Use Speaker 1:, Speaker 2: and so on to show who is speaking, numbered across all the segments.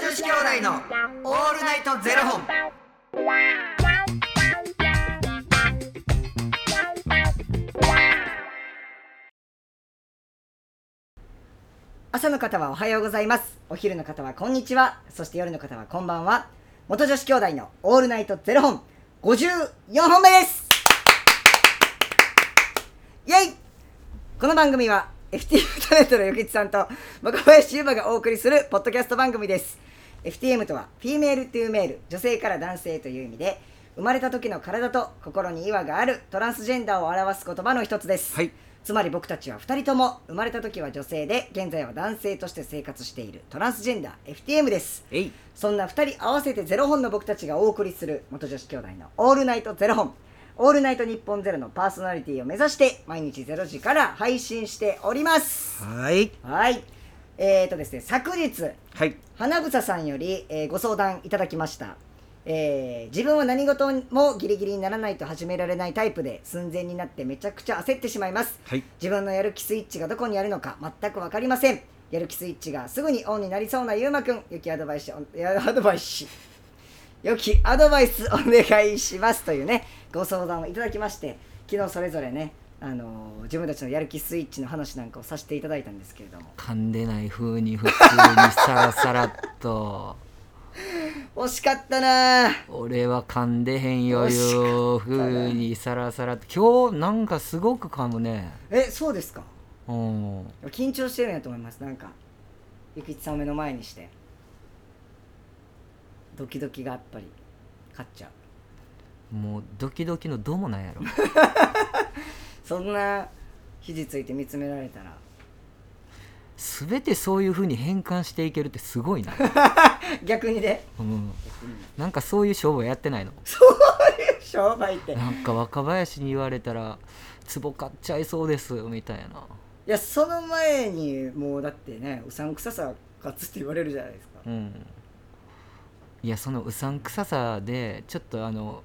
Speaker 1: 子兄弟のオールナイトゼロ本。
Speaker 2: 朝の方はおはようございますお昼の方はこんにちはそして夜の方はこんばんは元女子兄弟のオールナイトゼロ本54本目ですイェイこの番組は FTM タレントの余吉さんと若林優馬がお送りするポッドキャスト番組です FTM とはフィメールというメール女性から男性という意味で生まれた時の体と心に違和があるトランスジェンダーを表す言葉の一つです、
Speaker 1: はい
Speaker 2: つまり僕たちは2人とも生まれた時は女性で現在は男性として生活しているトランスジェンダー FTM です
Speaker 1: えい。
Speaker 2: そんな2人合わせてゼロ本の僕たちがお送りする元女子兄弟の「オールナイトゼロ本」「オールナイトニッポンゼロのパーソナリティを目指して毎日0時から配信しております
Speaker 1: はい。
Speaker 2: はいえーとですね昨日
Speaker 1: はい。
Speaker 2: 花房さんより、えーご相談いただきました、えー自分は何事もギリギリにならないと始められないタイプで寸前になってめちゃくちゃ焦ってしまいます
Speaker 1: はい。
Speaker 2: 自分のやる気スイッチがどこにあるのか全く分かりませんやる気スイッチがすぐにオンになりそうなゆうまくん良きアドバイスおやアドバイス良きアドバイスお願いしますというねご相談をいただきまして昨日それぞれねあのー自分たちのやる気スイッチの話なんかをさせていただいたんですけれども
Speaker 3: 噛んでない風に普通にサラサラっと
Speaker 2: 惜しかったなぁ
Speaker 3: 俺は噛んでへんよよ風にサラサラっと今日なんかすごく噛むね
Speaker 2: えそうですか
Speaker 3: うん
Speaker 2: 緊張してるんやと思いますなんかゆきちさんを目の前にしてドキドキがやっぱり勝っちゃう
Speaker 3: もうドキドキのどうもなんやろ
Speaker 2: そんな肘ついて見つめられたら
Speaker 3: 全てそういう風に変換していけるってすごいな、
Speaker 2: 逆にね
Speaker 3: うん、なんかそういう商売やってないの
Speaker 2: 商売ってい
Speaker 3: なんか若林に言われたらツボ買っちゃいそうですみたいな
Speaker 2: やその前にもうだってねうさんくささ勝つって言われるじゃないですか
Speaker 3: うんいやそのうさんくささでちょっとあの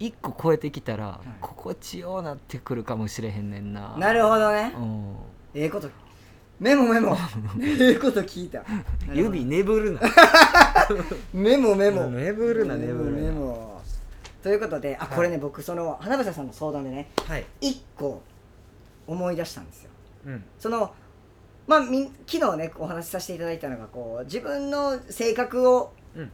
Speaker 3: 一個超えてきたら、
Speaker 2: い
Speaker 3: 心地ようなってくるかもしれへんねんな
Speaker 2: なるほどね
Speaker 3: うん
Speaker 2: ええことメモ メモええこと聞いた
Speaker 3: 指眠るな
Speaker 2: メモメモ
Speaker 3: ねぶるな
Speaker 2: メモ
Speaker 3: ねぶるな
Speaker 2: メモということであこれね、僕その花房さんの相談でね
Speaker 1: はい。
Speaker 2: 一個思い出したんですよ
Speaker 1: うん。
Speaker 2: そのまあみん昨日ねお話しさせていただいたのがこう自分の性格を、
Speaker 1: うん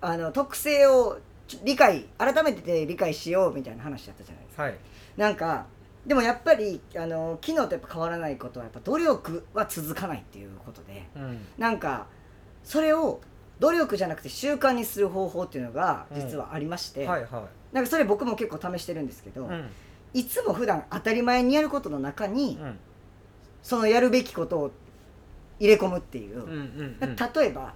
Speaker 2: あの特性をちょ理解改めて理解しようみたいな話だったじゃないですか。
Speaker 1: はい。
Speaker 2: なんかでもやっぱりあの昨日とやっぱ変わらないことはやっぱ努力は続かないっていうことで
Speaker 1: うん。
Speaker 2: なんかそれを努力じゃなくて習慣にする方法っていうのが実はありまして、
Speaker 1: はいは
Speaker 2: なんかそれ僕も結構試してるんですけど、
Speaker 1: い。うん。
Speaker 2: いつも普段当たり前にやることの中に、
Speaker 1: うん。
Speaker 2: そのやるべきことを入れ込むっていう、
Speaker 1: うんうんうん。
Speaker 2: 例えば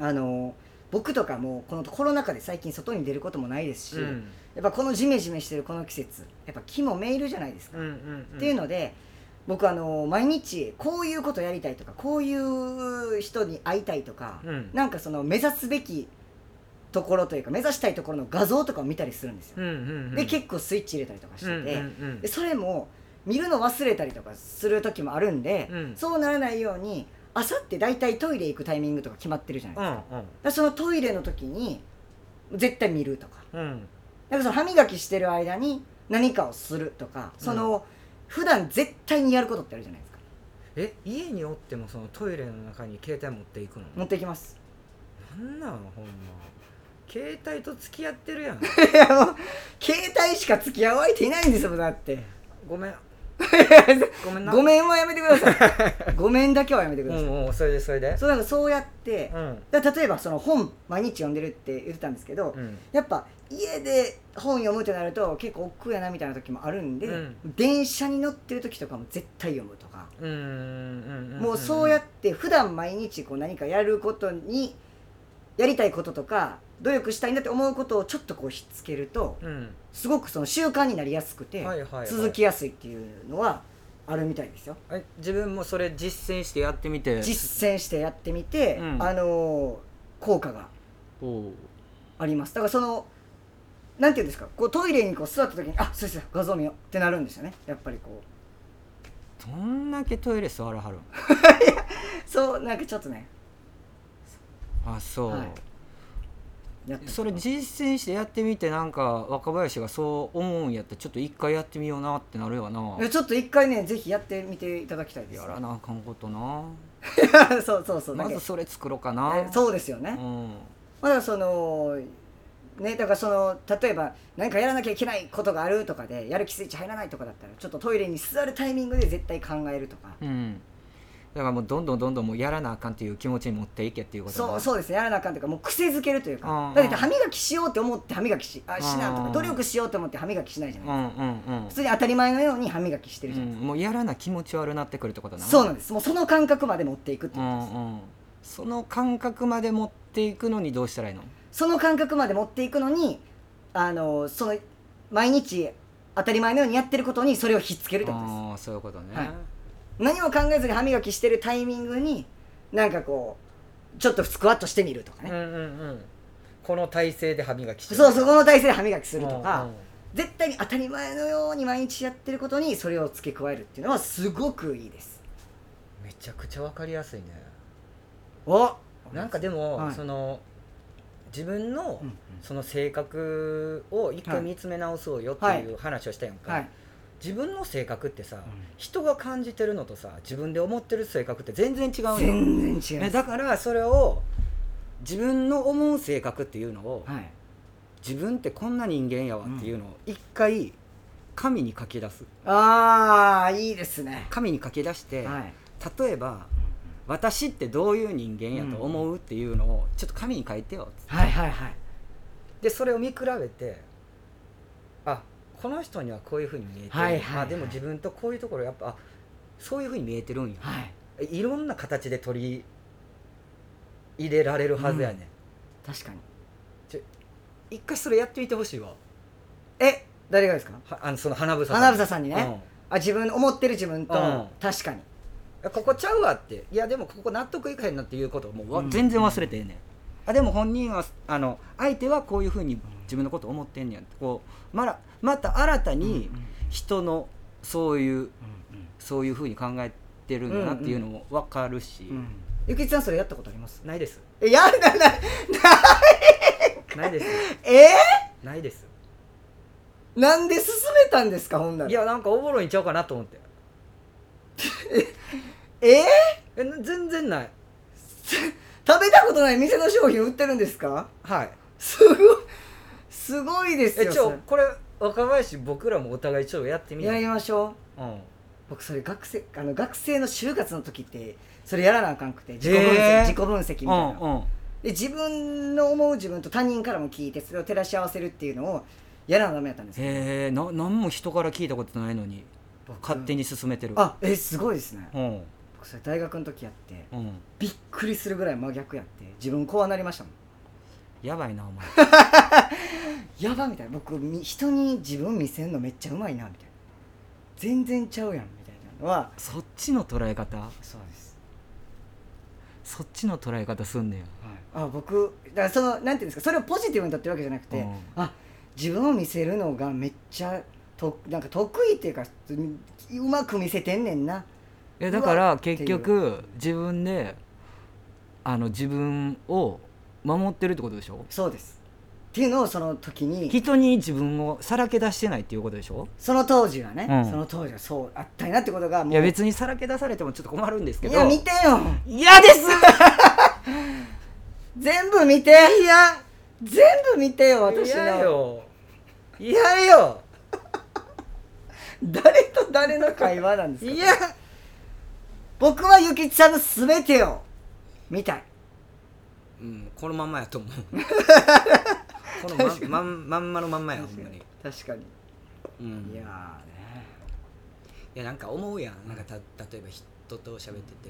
Speaker 2: あの僕とかもこのコロナ禍で最近外に出ることもないですし、
Speaker 1: うん。
Speaker 2: やっぱこのジメジメしてるこの季節やっぱ木もメールじゃないですか、
Speaker 1: うんうんうん。
Speaker 2: っていうので僕あの毎日こういうことやりたいとかこういう人に会いたいとか、
Speaker 1: うん。
Speaker 2: なんかその目指すべきところというか目指したいところの画像とかを見たりするんですよ、
Speaker 1: うんうん。
Speaker 2: で結構スイッチ入れたりとかしてて、
Speaker 1: うんうん
Speaker 2: でそれも見るの忘れたりとかする時もあるんで、
Speaker 1: うん
Speaker 2: そうならないようにあさって大体トイレ行くタイミングとか決まってるじゃないです
Speaker 1: う
Speaker 2: か,、
Speaker 1: んうん。
Speaker 2: そのトイレの時に絶対見るとか
Speaker 1: うん。
Speaker 2: なんかその歯磨きしてる間に何かをするとかその、普段絶対にやることってあるじゃないですか
Speaker 1: え、家におってもそのトイレの中に携帯持っていくの
Speaker 2: 持っていきます
Speaker 1: なんなのほんま。携帯と付き合ってるやん。
Speaker 2: いやもう携帯しか付き合う相手いないんですよだって
Speaker 1: ご めん。ごめんな。
Speaker 2: ごめんはやめてくださ いごめんだけはやめてくだ
Speaker 1: う
Speaker 2: さい、
Speaker 1: んうん、それでそれで。
Speaker 2: そうなんかそうやって、
Speaker 1: うん。
Speaker 2: だから例えばその本毎日読んでるって言ってたんですけど、
Speaker 1: うん。
Speaker 2: やっぱ家で本読むってなると結構億劫やなみたいな時もあるんで、
Speaker 1: うん
Speaker 2: 電車に乗ってる時とかも絶対読むとか、
Speaker 1: うんうんん
Speaker 2: もうそうやって普段毎日こう何かやることにやりたいこととか努力したいなって思うことをちょっとこうひっつけると
Speaker 1: うん
Speaker 2: すごくその習慣になりやすくて
Speaker 1: はいはいはい
Speaker 2: 続きやすいっていうのはあるみたいですよ。
Speaker 3: え自分もそれ実践してやってみて
Speaker 2: 実践してやってみて、
Speaker 3: うん
Speaker 2: あのー効果が
Speaker 3: おう
Speaker 2: ありますだからそのなんていうんですかこうトイレにこう座った時にあそうです画像見ようってなるんですよねやっぱりこう
Speaker 3: ど んだけトイレ座らはるん
Speaker 2: そうなんかちょっとね
Speaker 3: ああそう、
Speaker 2: はいやって
Speaker 3: それ実践してやってみてなんか若林がそう思うんやったらちょっと一回やってみようなってなるよな
Speaker 2: えちょっと一回ねぜひやってみていただきたいです
Speaker 3: や らなあかんことな
Speaker 2: そうそうそうだ
Speaker 3: ま
Speaker 2: け
Speaker 3: ずそれ作ろうかな
Speaker 2: えそうですよね、
Speaker 3: うん
Speaker 2: まだそのねだからその例えば何かやらなきゃいけないことがあるとかでやる気スイッチ入らないとかだったらちょっとトイレに座るタイミングで絶対考えるとか、
Speaker 3: うんだからもうどんどんどんどんもうやらなあかんっていう気持ちに持っていけっていうこと
Speaker 2: そう
Speaker 3: う
Speaker 2: そうですねやらなあかんというかもう癖づけるという
Speaker 3: うん
Speaker 2: か
Speaker 3: うん
Speaker 2: だって歯磨きしようって思って歯磨きしあしなと
Speaker 3: う
Speaker 2: か
Speaker 3: ん
Speaker 2: 努力しようと思って歯磨きしないじゃない、
Speaker 3: んうんうん
Speaker 2: 普通に当たり前のように歯磨きしてるじゃないで
Speaker 3: うんもうやらな気持ち悪なってくるってことな
Speaker 2: すか、そう
Speaker 3: う
Speaker 2: なんですもうその感覚まで持っていくっていうう、
Speaker 3: んうんその感覚まで持っていくのにどうしたらいいの
Speaker 2: その感覚まで持っていくのにあのその毎日当たり前のようにやってることにそれをひっつけるってことです
Speaker 3: ああそういうことね、
Speaker 2: はい何も考えずに歯磨きしてるタイミングになんかこうちょっとスクワットしてみるとかね、
Speaker 1: うんうんうんこの体勢で歯磨きして
Speaker 2: そうそこ
Speaker 1: う
Speaker 2: の体勢で歯磨きするとか、
Speaker 1: んうん
Speaker 2: 絶対に当たり前のように毎日やってることにそれを付け加えるっていうのはすごくいいです
Speaker 1: めちゃくちゃわかりやすいね
Speaker 2: お
Speaker 1: なんかでも、
Speaker 2: はい
Speaker 1: その自分の、
Speaker 2: うんうん
Speaker 1: その性格を一回見つめ直そうよっていう話をしたやんか、
Speaker 2: はい
Speaker 1: 自分の性格ってさ、
Speaker 2: ん
Speaker 1: 人が感じてるのとさ自分で思ってる性格って全然違うのよ
Speaker 2: 全然違
Speaker 1: ね
Speaker 2: う
Speaker 1: だからそれを自分の思う性格っていうのを、
Speaker 2: はい
Speaker 1: 自分ってこんな人間やわっていうのを一回紙に書き出す
Speaker 2: ああいいですね
Speaker 1: 紙に書き出して、
Speaker 2: はい
Speaker 1: 例えば私ってどういう人間やと思うっていうのをちょっと紙に書いてよつって
Speaker 2: はいはいはい
Speaker 1: でそれを見比べてあこの人にはこういうふうに見えてる、
Speaker 2: はいはいはい
Speaker 1: あでも自分とこういうところやっぱあそういうふうに見えてるんや、
Speaker 2: はい
Speaker 1: い、ろんな形で取り入れられるはずやね、
Speaker 2: 確かに
Speaker 1: ん、一回それやってみてほしいわ
Speaker 2: え誰がですか
Speaker 1: はあのその花房さん
Speaker 2: 花房さんにね
Speaker 1: うん
Speaker 2: あ自分思ってる自分と、
Speaker 1: うん
Speaker 2: 確かに
Speaker 1: ここちゃうわっていやでもここ納得いかへんなっていうことをもうわ、
Speaker 2: うん
Speaker 1: 全然忘れてええねんあでも本人はあの相手はこういうふうに自分のこと思ってんねやってこうまらまた新たに人のそういう、そういうふうに考えてるんだなっていうのも分かるし、
Speaker 2: ゆきちさんそれやったことあります
Speaker 1: ないです
Speaker 2: えやだな
Speaker 1: ないです
Speaker 2: え
Speaker 1: ないです
Speaker 2: ー、なんで進めたんですかほんなら
Speaker 1: いやなんかおもろいんちゃうかなと思って
Speaker 2: えー、
Speaker 1: えな全然ない
Speaker 2: 食べたことない店の商品売ってるんですか
Speaker 1: はい
Speaker 2: すごいすごいです
Speaker 1: え
Speaker 2: よ
Speaker 1: ちょこれ若林僕らもお互いちょっとやって
Speaker 2: そ
Speaker 1: み
Speaker 2: れや
Speaker 1: ない
Speaker 2: りましょう
Speaker 1: うん
Speaker 2: 僕それ学生あの学生の就活の時ってそれやらなあかんくて自己分析、
Speaker 1: へー
Speaker 2: 自己分析みたいな、
Speaker 1: うんうん
Speaker 2: で自分の思う自分と他人からも聞いてそれを照らし合わせるっていうのをやらなダメだったんですよ
Speaker 3: へえな何も人から聞いたことないのに勝手
Speaker 2: に
Speaker 3: に進めてる
Speaker 2: あえすごいですね
Speaker 3: うん
Speaker 2: 僕それ大学の時やって
Speaker 3: うん
Speaker 2: びっくりするぐらい真逆やって自分こうなりましたもん
Speaker 3: やばいなお 前
Speaker 2: やばみたいな僕み人に自分見せんのめっちゃうまいなみたいな全然ちゃうやんみたいなのは
Speaker 3: そっちの捉え方
Speaker 2: そうです、
Speaker 3: そっちの捉え方すんねや
Speaker 2: はい、あ僕だからそのなんていうんですかそれをポジティブにとってるわけじゃなくて、
Speaker 3: うん
Speaker 2: あ自分を見せるのがめっちゃとなんか得意っていうかうまく見せてんねんな
Speaker 3: えだか
Speaker 2: うわ
Speaker 3: ら
Speaker 2: っていう
Speaker 3: 結局自分であの自分を守ってるってことでしょ
Speaker 2: そうですっていうのをその時に
Speaker 3: 人に自分をさらけ出してないっていうことでしょ
Speaker 2: その当時はね、
Speaker 3: うん
Speaker 2: その当時はそうあったんやなってことがもう
Speaker 3: いや別にさらけ出されてもちょっと困るんですけ
Speaker 2: い
Speaker 3: ど
Speaker 2: や見てよ
Speaker 3: 嫌です
Speaker 2: 全部見ていや全部見てよ私の
Speaker 1: 嫌よ嫌よ
Speaker 2: 誰と誰の会話なんですか
Speaker 1: いや
Speaker 2: 僕はゆきちさんの全てを見たい
Speaker 1: うん、このまんまやと 思うこのまんまんまんまのまんまやほんまに、
Speaker 2: 確かに
Speaker 1: うん、
Speaker 2: い
Speaker 1: い
Speaker 2: や
Speaker 1: やなんか思うやんなんかた例えば人と喋って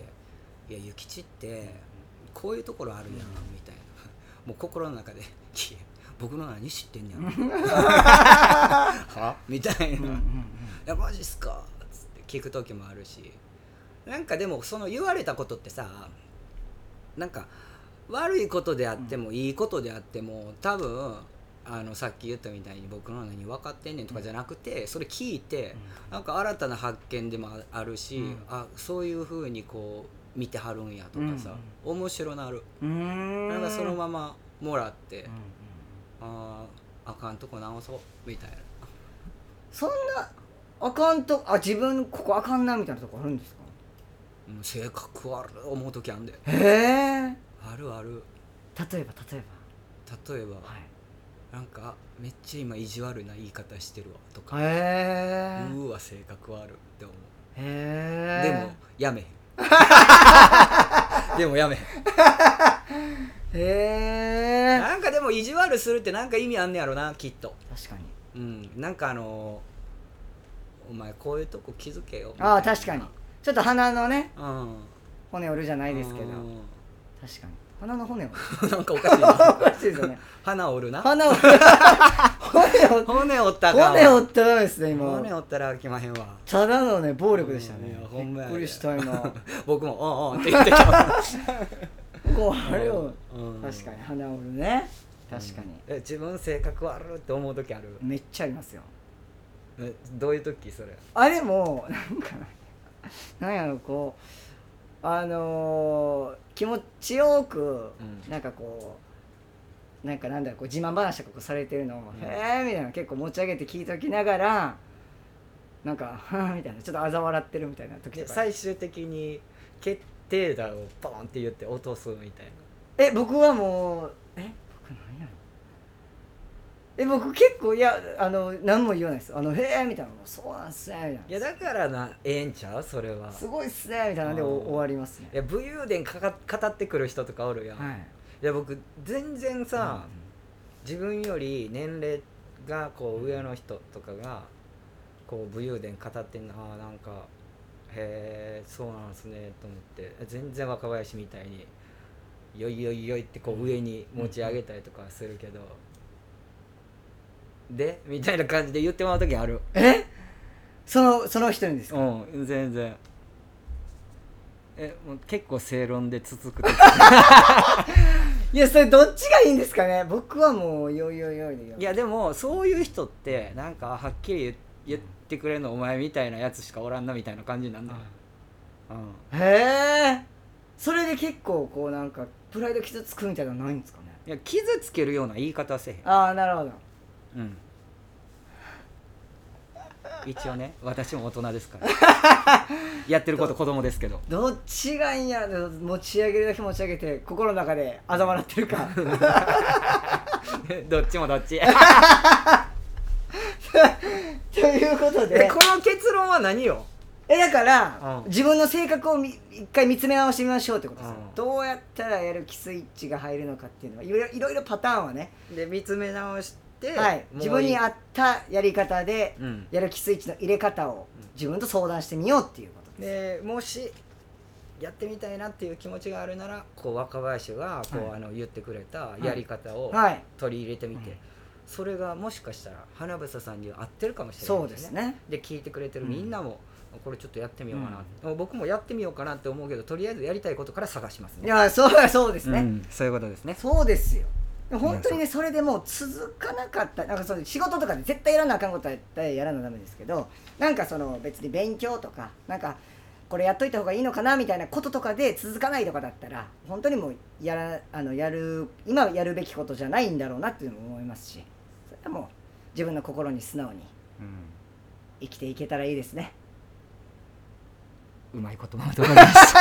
Speaker 1: て「いや諭吉ってこういうところあるやん」みたいなもう心の中で「いや 僕の何知ってんねやろ はみたいな「いやマジっすか」っつって聞く時もあるしなんかでもその言われたことってさなんか悪いことであっても、いいことであっても多分あのさっき言ったみたいに僕の何分かってんねんとかじゃなくて、それ聞いて、なんか新たな発見でもああるし、
Speaker 2: うん
Speaker 1: あそういうふうにこう見てはるんやとかさ、面白なる、
Speaker 2: うーん
Speaker 1: なんかそのままもらって、あああかんとこ直そうみたいな
Speaker 2: そんなあかんとあ自分ここあかんなみたいなとこあるんですか
Speaker 1: うん性格悪い思う時あんで
Speaker 2: へえ
Speaker 1: あるある
Speaker 2: 例えば例え
Speaker 1: 例えば
Speaker 2: ばはい
Speaker 1: なんかめっちゃ今意地悪な言い方してるわとか、う
Speaker 2: へ
Speaker 1: ーわ性格悪って思う、
Speaker 2: えへえ
Speaker 1: でも やめへんでもやめへん
Speaker 2: へえ
Speaker 1: なんかでも意地悪するってなんか意味あんねやろなきっと
Speaker 2: 確かに
Speaker 1: うんなんかあのお前こういうとこ気づけよ
Speaker 2: ああ確かにちょっと鼻のね
Speaker 1: うん
Speaker 2: 骨折るじゃないですけど
Speaker 1: う
Speaker 2: 確かに鼻の骨折る
Speaker 1: んなんかおかしい
Speaker 2: お
Speaker 1: な
Speaker 2: かしいですよね
Speaker 1: 鼻折るな
Speaker 2: 鼻を 骨折っ
Speaker 1: 骨折ったらあかんわ
Speaker 2: 骨折ったらですね今
Speaker 1: 骨折ったらあきまへん わ
Speaker 2: ただのね暴力でしたね
Speaker 1: うんいや ほんま
Speaker 2: び
Speaker 1: や
Speaker 2: っ
Speaker 1: で
Speaker 2: くりした今
Speaker 1: 僕も「うんうん」って言ってたわ
Speaker 2: こうあれを
Speaker 1: うん
Speaker 2: 確かに鼻折るね確かに
Speaker 1: え自分性格悪いって思う時ある、
Speaker 2: めっちゃありますよ
Speaker 1: えどういう時それ
Speaker 2: あれもなんかなんやろこうあのー気持ちよく
Speaker 1: うん
Speaker 2: なんかこうなんかなんだろうこう自慢話とかこうされてるのを
Speaker 1: う
Speaker 2: 「
Speaker 1: ん
Speaker 2: へえ」みたいな結構持ち上げて聞いときながらなんか「はあ」みたいなちょっとあざ笑ってるみたいな時
Speaker 1: で
Speaker 2: とか
Speaker 1: 最終的に決定打をポンって言って落とすみたい
Speaker 2: え僕はもうえ僕なんやろえ僕結構いやあの何も言わないです「あのへえ」みたいな「そうなんすね」みたい
Speaker 1: ないやだからなええんちゃうそれは
Speaker 2: な「すごいっすね」みたいなんでお
Speaker 1: うん
Speaker 2: 終わりますね
Speaker 1: いや武勇伝かか語ってくる人とかおるやん、い、
Speaker 2: はい
Speaker 1: や僕全然さ、
Speaker 2: うん
Speaker 1: 自分より年齢がこう上の人とかがこう武勇伝語ってんのああなんかへえそうなんすねと思って全然若林みたいによいよいよいってこう上に持ち上げたりとかするけど、でみたいな感じで言ってもらう時ある
Speaker 2: えそのその人にですか
Speaker 1: うん全然えもう結構正論でつつく
Speaker 2: いやそれどっちがいいんですかね僕はもうよいよいよいでよ
Speaker 1: いやでもそういう人ってなんかはっきり言言ってくれるのお前みたいなやつしかおらんなみたいな感じになんだよ、うん
Speaker 2: へえそれで結構こうなんかプライド傷つくみたいなのないんですかね
Speaker 1: いや傷つけるような言い方はせえ
Speaker 2: ああなるほど
Speaker 1: へん、うん、一応ね私も大人ですから やってること子供ですけど
Speaker 2: どっちがいいんやろ持ち上げるだけ持ち上げて心の中で嘲笑ってるか
Speaker 1: どっちもどっち
Speaker 2: ということ
Speaker 1: え
Speaker 2: で
Speaker 1: この結論は何よ
Speaker 2: えだから、
Speaker 1: うん
Speaker 2: 自分の性格をみ一回見つめ直してみましょうってことですよ、
Speaker 1: うん
Speaker 2: どうやったらやる気スイッチが入るのかっていうのはいろいろいろいろパターンはね
Speaker 1: で見つめ直して
Speaker 2: はい、自分に合ったやり方で
Speaker 1: うん
Speaker 2: やる気スイッチの入れ方を自分と相談してみようっていうことです。
Speaker 1: でもしやってみたいなっていう気持ちがあるならこう若林がこう、
Speaker 2: はい
Speaker 1: あの言ってくれた
Speaker 2: い
Speaker 1: やり方を
Speaker 2: はい、
Speaker 1: 取り入れてみて、
Speaker 2: うん
Speaker 1: それがもしかしたら花房さんに合ってるかもしれな
Speaker 2: そ
Speaker 1: いう
Speaker 2: ですね。
Speaker 1: で聞いてくれてるみんなも、これちょっとやってみようかな、
Speaker 2: う
Speaker 1: 僕もやってみようかなって思うけどとりあえずやりたいことから探します
Speaker 2: い
Speaker 1: ね
Speaker 2: や、そうそうです
Speaker 1: う
Speaker 2: ね。
Speaker 1: んそういうことですね
Speaker 2: そうですよ。本当にね、それでもう続かなかった、なんかその仕事とかで絶対やらなあかんことは絶対やらなダメですけど、なんかその別に勉強とか、なんかこれやっといた方がいいのかなみたいなこととかで続かないとかだったら、本当にもうやら、あの、やる、今やるべきことじゃないんだろうなっていうのも思いますし、それはもう自分の心に素直に
Speaker 3: う
Speaker 2: 生きていけたらいいですね。
Speaker 3: んうまいことまとまりま した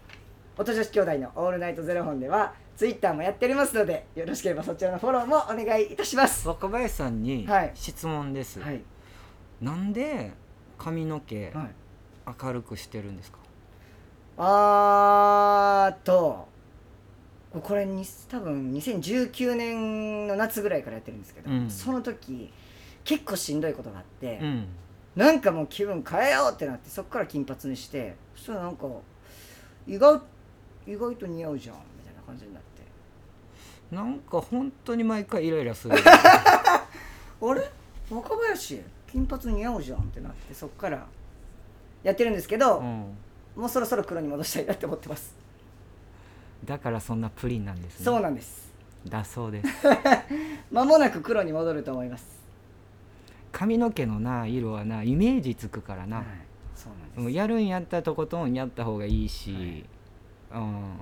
Speaker 2: 音女子兄弟の「オールナイトゼロ本」ではツイッターもやっておりますのでよろしければそちらのフォローもお願いいたします
Speaker 3: 若林さんに
Speaker 2: はい
Speaker 3: 質問です、
Speaker 2: はい、
Speaker 3: なんで髪の毛
Speaker 2: はい
Speaker 3: 明るくしてるんですか、
Speaker 2: あーとこれに多分2019年の夏ぐらいからやってるんですけど、
Speaker 3: うん
Speaker 2: その時結構しんどいことがあって、
Speaker 3: うん
Speaker 2: なんかもう気分変えようってなってそっから金髪にしてそしたらなんか意外意外と似合うじゃんみたいな感じになって
Speaker 1: なんか本当に毎回イライラする
Speaker 2: あれ若林金髪似合うじゃんってなってそっからやってるんですけど、
Speaker 1: うん
Speaker 2: もうそろそろ黒に戻したいなって思ってます、
Speaker 1: だからそんなプリンなんですね
Speaker 2: そうなんです
Speaker 1: だそうです
Speaker 2: 間もなく黒に戻ると思います
Speaker 1: 髪の毛のな色はなイメージつくからな、
Speaker 2: はい、そうなんです、
Speaker 1: うんやるんやったらとことんやった方がいいし、うん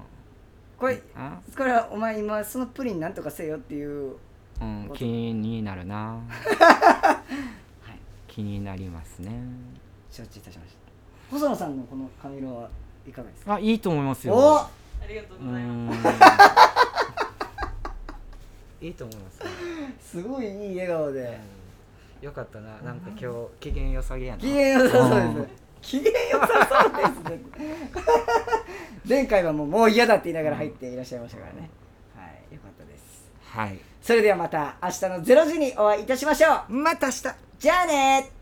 Speaker 2: これ
Speaker 1: あ
Speaker 2: これはお前今そのプリンなんとかせよっていう
Speaker 1: うん気になる な、気になりますね
Speaker 2: 承知いたしました細野さんのこの髪色はいかがですか
Speaker 1: あいいと思いますよ
Speaker 2: おっ
Speaker 4: ありがとう
Speaker 1: う
Speaker 4: ございます。
Speaker 1: ん いいと思います、ね
Speaker 2: すごいいい笑顔で
Speaker 1: うんよかったななんか今日機嫌良さげやな
Speaker 2: 機嫌良さそうです機嫌良さそうですね 前回はもうもう嫌だって言いながら入っていらっしゃいましたからね、はいよかったです
Speaker 1: はい
Speaker 2: それではまた明日の0時にお会いいたしましょう
Speaker 1: また明日
Speaker 2: じゃあねー